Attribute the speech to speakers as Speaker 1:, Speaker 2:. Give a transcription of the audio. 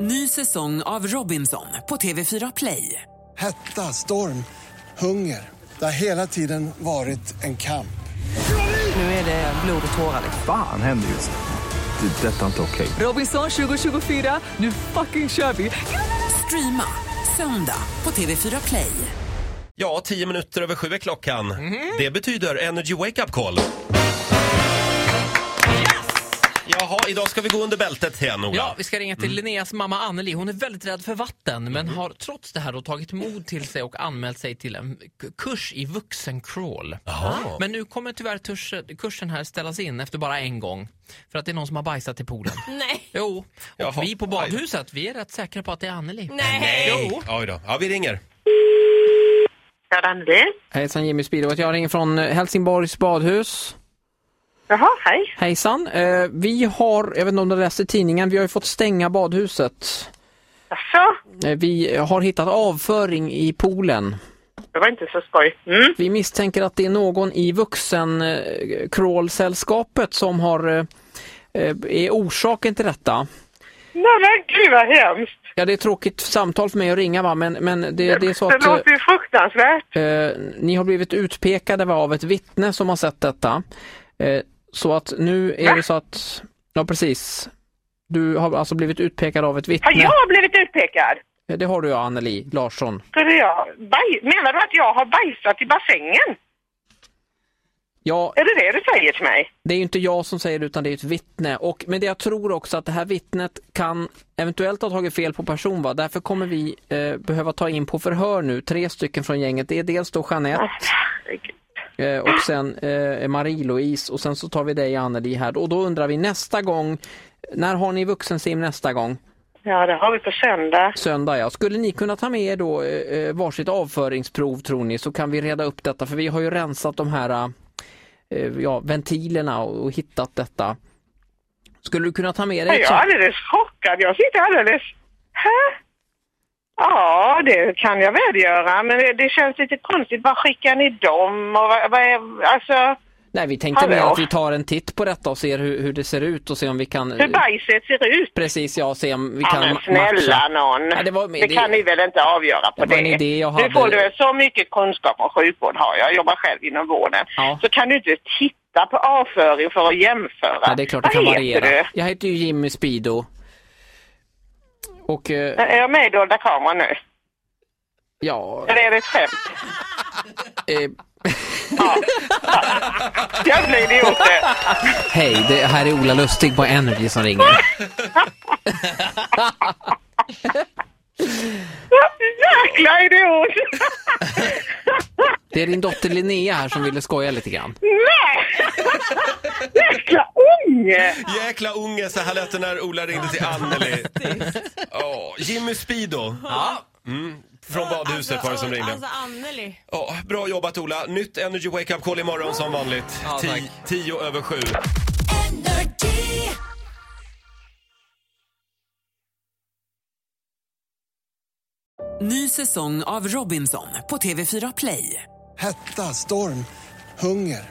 Speaker 1: Ny säsong av Robinson på TV4 Play.
Speaker 2: Hetta, storm, hunger. Det har hela tiden varit en kamp.
Speaker 1: Nu är det blod och tårar.
Speaker 3: Fan händer just nu. Det. är Detta är inte okej.
Speaker 1: Robinson 2024, nu fucking kör vi! Streama söndag på TV4 Play.
Speaker 4: Ja, tio minuter över sju är klockan.
Speaker 5: Mhm.
Speaker 4: Det betyder Energy Wake Up Call. Jaha, idag ska vi gå under bältet igen, Ola.
Speaker 5: Ja, vi ska ringa
Speaker 4: Mm.
Speaker 5: till Linneas mamma Anneli. Hon är väldigt rädd för vatten men har trots det här då tagit mod till sig och anmält sig till en k- kurs i vuxencrawl.
Speaker 4: Jaha.
Speaker 5: Men nu kommer tyvärr turs, kursen här ställas in efter bara en gång. För att det är någon som har bajsat i poolen.
Speaker 6: Nej.
Speaker 5: Jo, och
Speaker 4: Jaha.
Speaker 5: vi på badhuset vi är rätt säkra på att det är Anneli.
Speaker 6: Nej.
Speaker 5: Jo.
Speaker 4: Oj då. Ja, vi ringer.
Speaker 7: Randi.
Speaker 5: Hejsan Jimmy Spiroth, jag ringer från eh, Helsingborgs badhus.
Speaker 7: Jaha, hej.
Speaker 5: Hejsan. Eh, vi har, jag vet inte om du läste tidningen, vi har ju fått stänga badhuset.
Speaker 7: Jaså,
Speaker 5: Eh, vi har hittat avföring i poolen.
Speaker 7: det var inte så skoj. Mm.
Speaker 5: Vi misstänker att det är någon i vuxen eh, crawl-sällskapet som har, eh, eh, är orsaken till detta.
Speaker 7: Nej men gud vad hemskt.
Speaker 5: Ja, det är ett tråkigt samtal för mig att ringa va, men, men det, det är så att
Speaker 7: låter ju fruktansvärt.
Speaker 5: eh, ni har blivit utpekade va, av ett vittne som har sett detta. Eh, så att nu är det så att, ja precis. Du har alltså blivit utpekad av ett
Speaker 7: Har
Speaker 5: vittne.
Speaker 7: jag blivit utpekad?
Speaker 5: Eh, Det har du ja, Anneli Larsson.
Speaker 7: Skulle jag baj- Menar du att jag har bajsat i bassängen?
Speaker 5: Ja,
Speaker 7: Är det det du säger till mig?
Speaker 5: Det är ju inte jag som säger det utan det är ett vittne. Och, men det jag tror också att det här vittnet kan eventuellt ha tagit fel på person. Va? Därför kommer vi eh, behöva ta in på förhör nu tre stycken från gänget. Det är dels då Jeanette
Speaker 7: Herregud.
Speaker 5: eh, och sen eh, Marie-Louise och sen så tar vi dig Anneli här. Och då undrar vi nästa gång, när har ni vuxensim nästa gång?
Speaker 7: Ja, det har vi på söndag.
Speaker 5: Söndag ja. Skulle ni kunna ta med er då eh, eh, varsitt avföringsprov tror ni så kan vi reda upp detta för vi har ju rensat de här eh, ja, ventilerna och, och hittat detta. Skulle du kunna ta med dig
Speaker 7: Jag
Speaker 5: ett
Speaker 7: är
Speaker 5: sånt?
Speaker 7: alldeles chockad. Jag sitter alldeles... Hä? Ja, det kan jag väl göra, men det, det känns lite konstigt. Vad skickar ni dem? Och vad, vad är, alltså,
Speaker 5: Nej vi tänkte
Speaker 7: Hallå?
Speaker 5: mer att vi tar en titt på detta och ser hur, hur det ser ut och ser om vi kan...
Speaker 7: hur bajset ser ut?
Speaker 5: Precis ja, se om vi
Speaker 7: Ja,
Speaker 5: kan
Speaker 7: men
Speaker 5: ma-
Speaker 7: snälla
Speaker 5: matcha.
Speaker 7: någon.
Speaker 5: Ja, det var-
Speaker 7: det,
Speaker 5: det-
Speaker 7: kan ni väl inte avgöra på
Speaker 5: Det var en
Speaker 7: det?
Speaker 5: idé jag
Speaker 7: Nu
Speaker 5: hade.
Speaker 7: får du väl så mycket kunskap om sjukvård har jag. Jag jobbar själv inom vården.
Speaker 5: Ja.
Speaker 7: Så kan du inte titta på avföring för att jämföra.
Speaker 5: Ja, det är klart det
Speaker 7: Vad
Speaker 5: kan
Speaker 7: heter
Speaker 5: variera.
Speaker 7: Du?
Speaker 5: Jag heter ju Jimmy Spido. Och eh,
Speaker 7: Är jag med i Dolda kameran nu?
Speaker 5: ja...
Speaker 7: Eller är det ett skämt?
Speaker 5: Eh,
Speaker 7: Jävla idioter!
Speaker 5: Hej, det här är Ola Lustig på Energy som ringer.
Speaker 7: Jäkla idiot!
Speaker 5: Det är din dotter Linnea här som ville skoja lite grann.
Speaker 7: Nej! Jäkla unge!
Speaker 4: Jäkla unge, så här lät det när Ola ringde till Anneli. Ja, Jimmy Spido. Mm, från badhuset var det som ringde.
Speaker 6: Alltså Anneli.
Speaker 4: Ja, bra jobbat Ola. Nytt Energy Wake Up Call imorgon som vanligt.
Speaker 5: Ja, tack.
Speaker 4: Ti- Tio över sju.
Speaker 1: Ny säsong av Robinson på TV4 Play.
Speaker 2: Hetta, storm, hunger.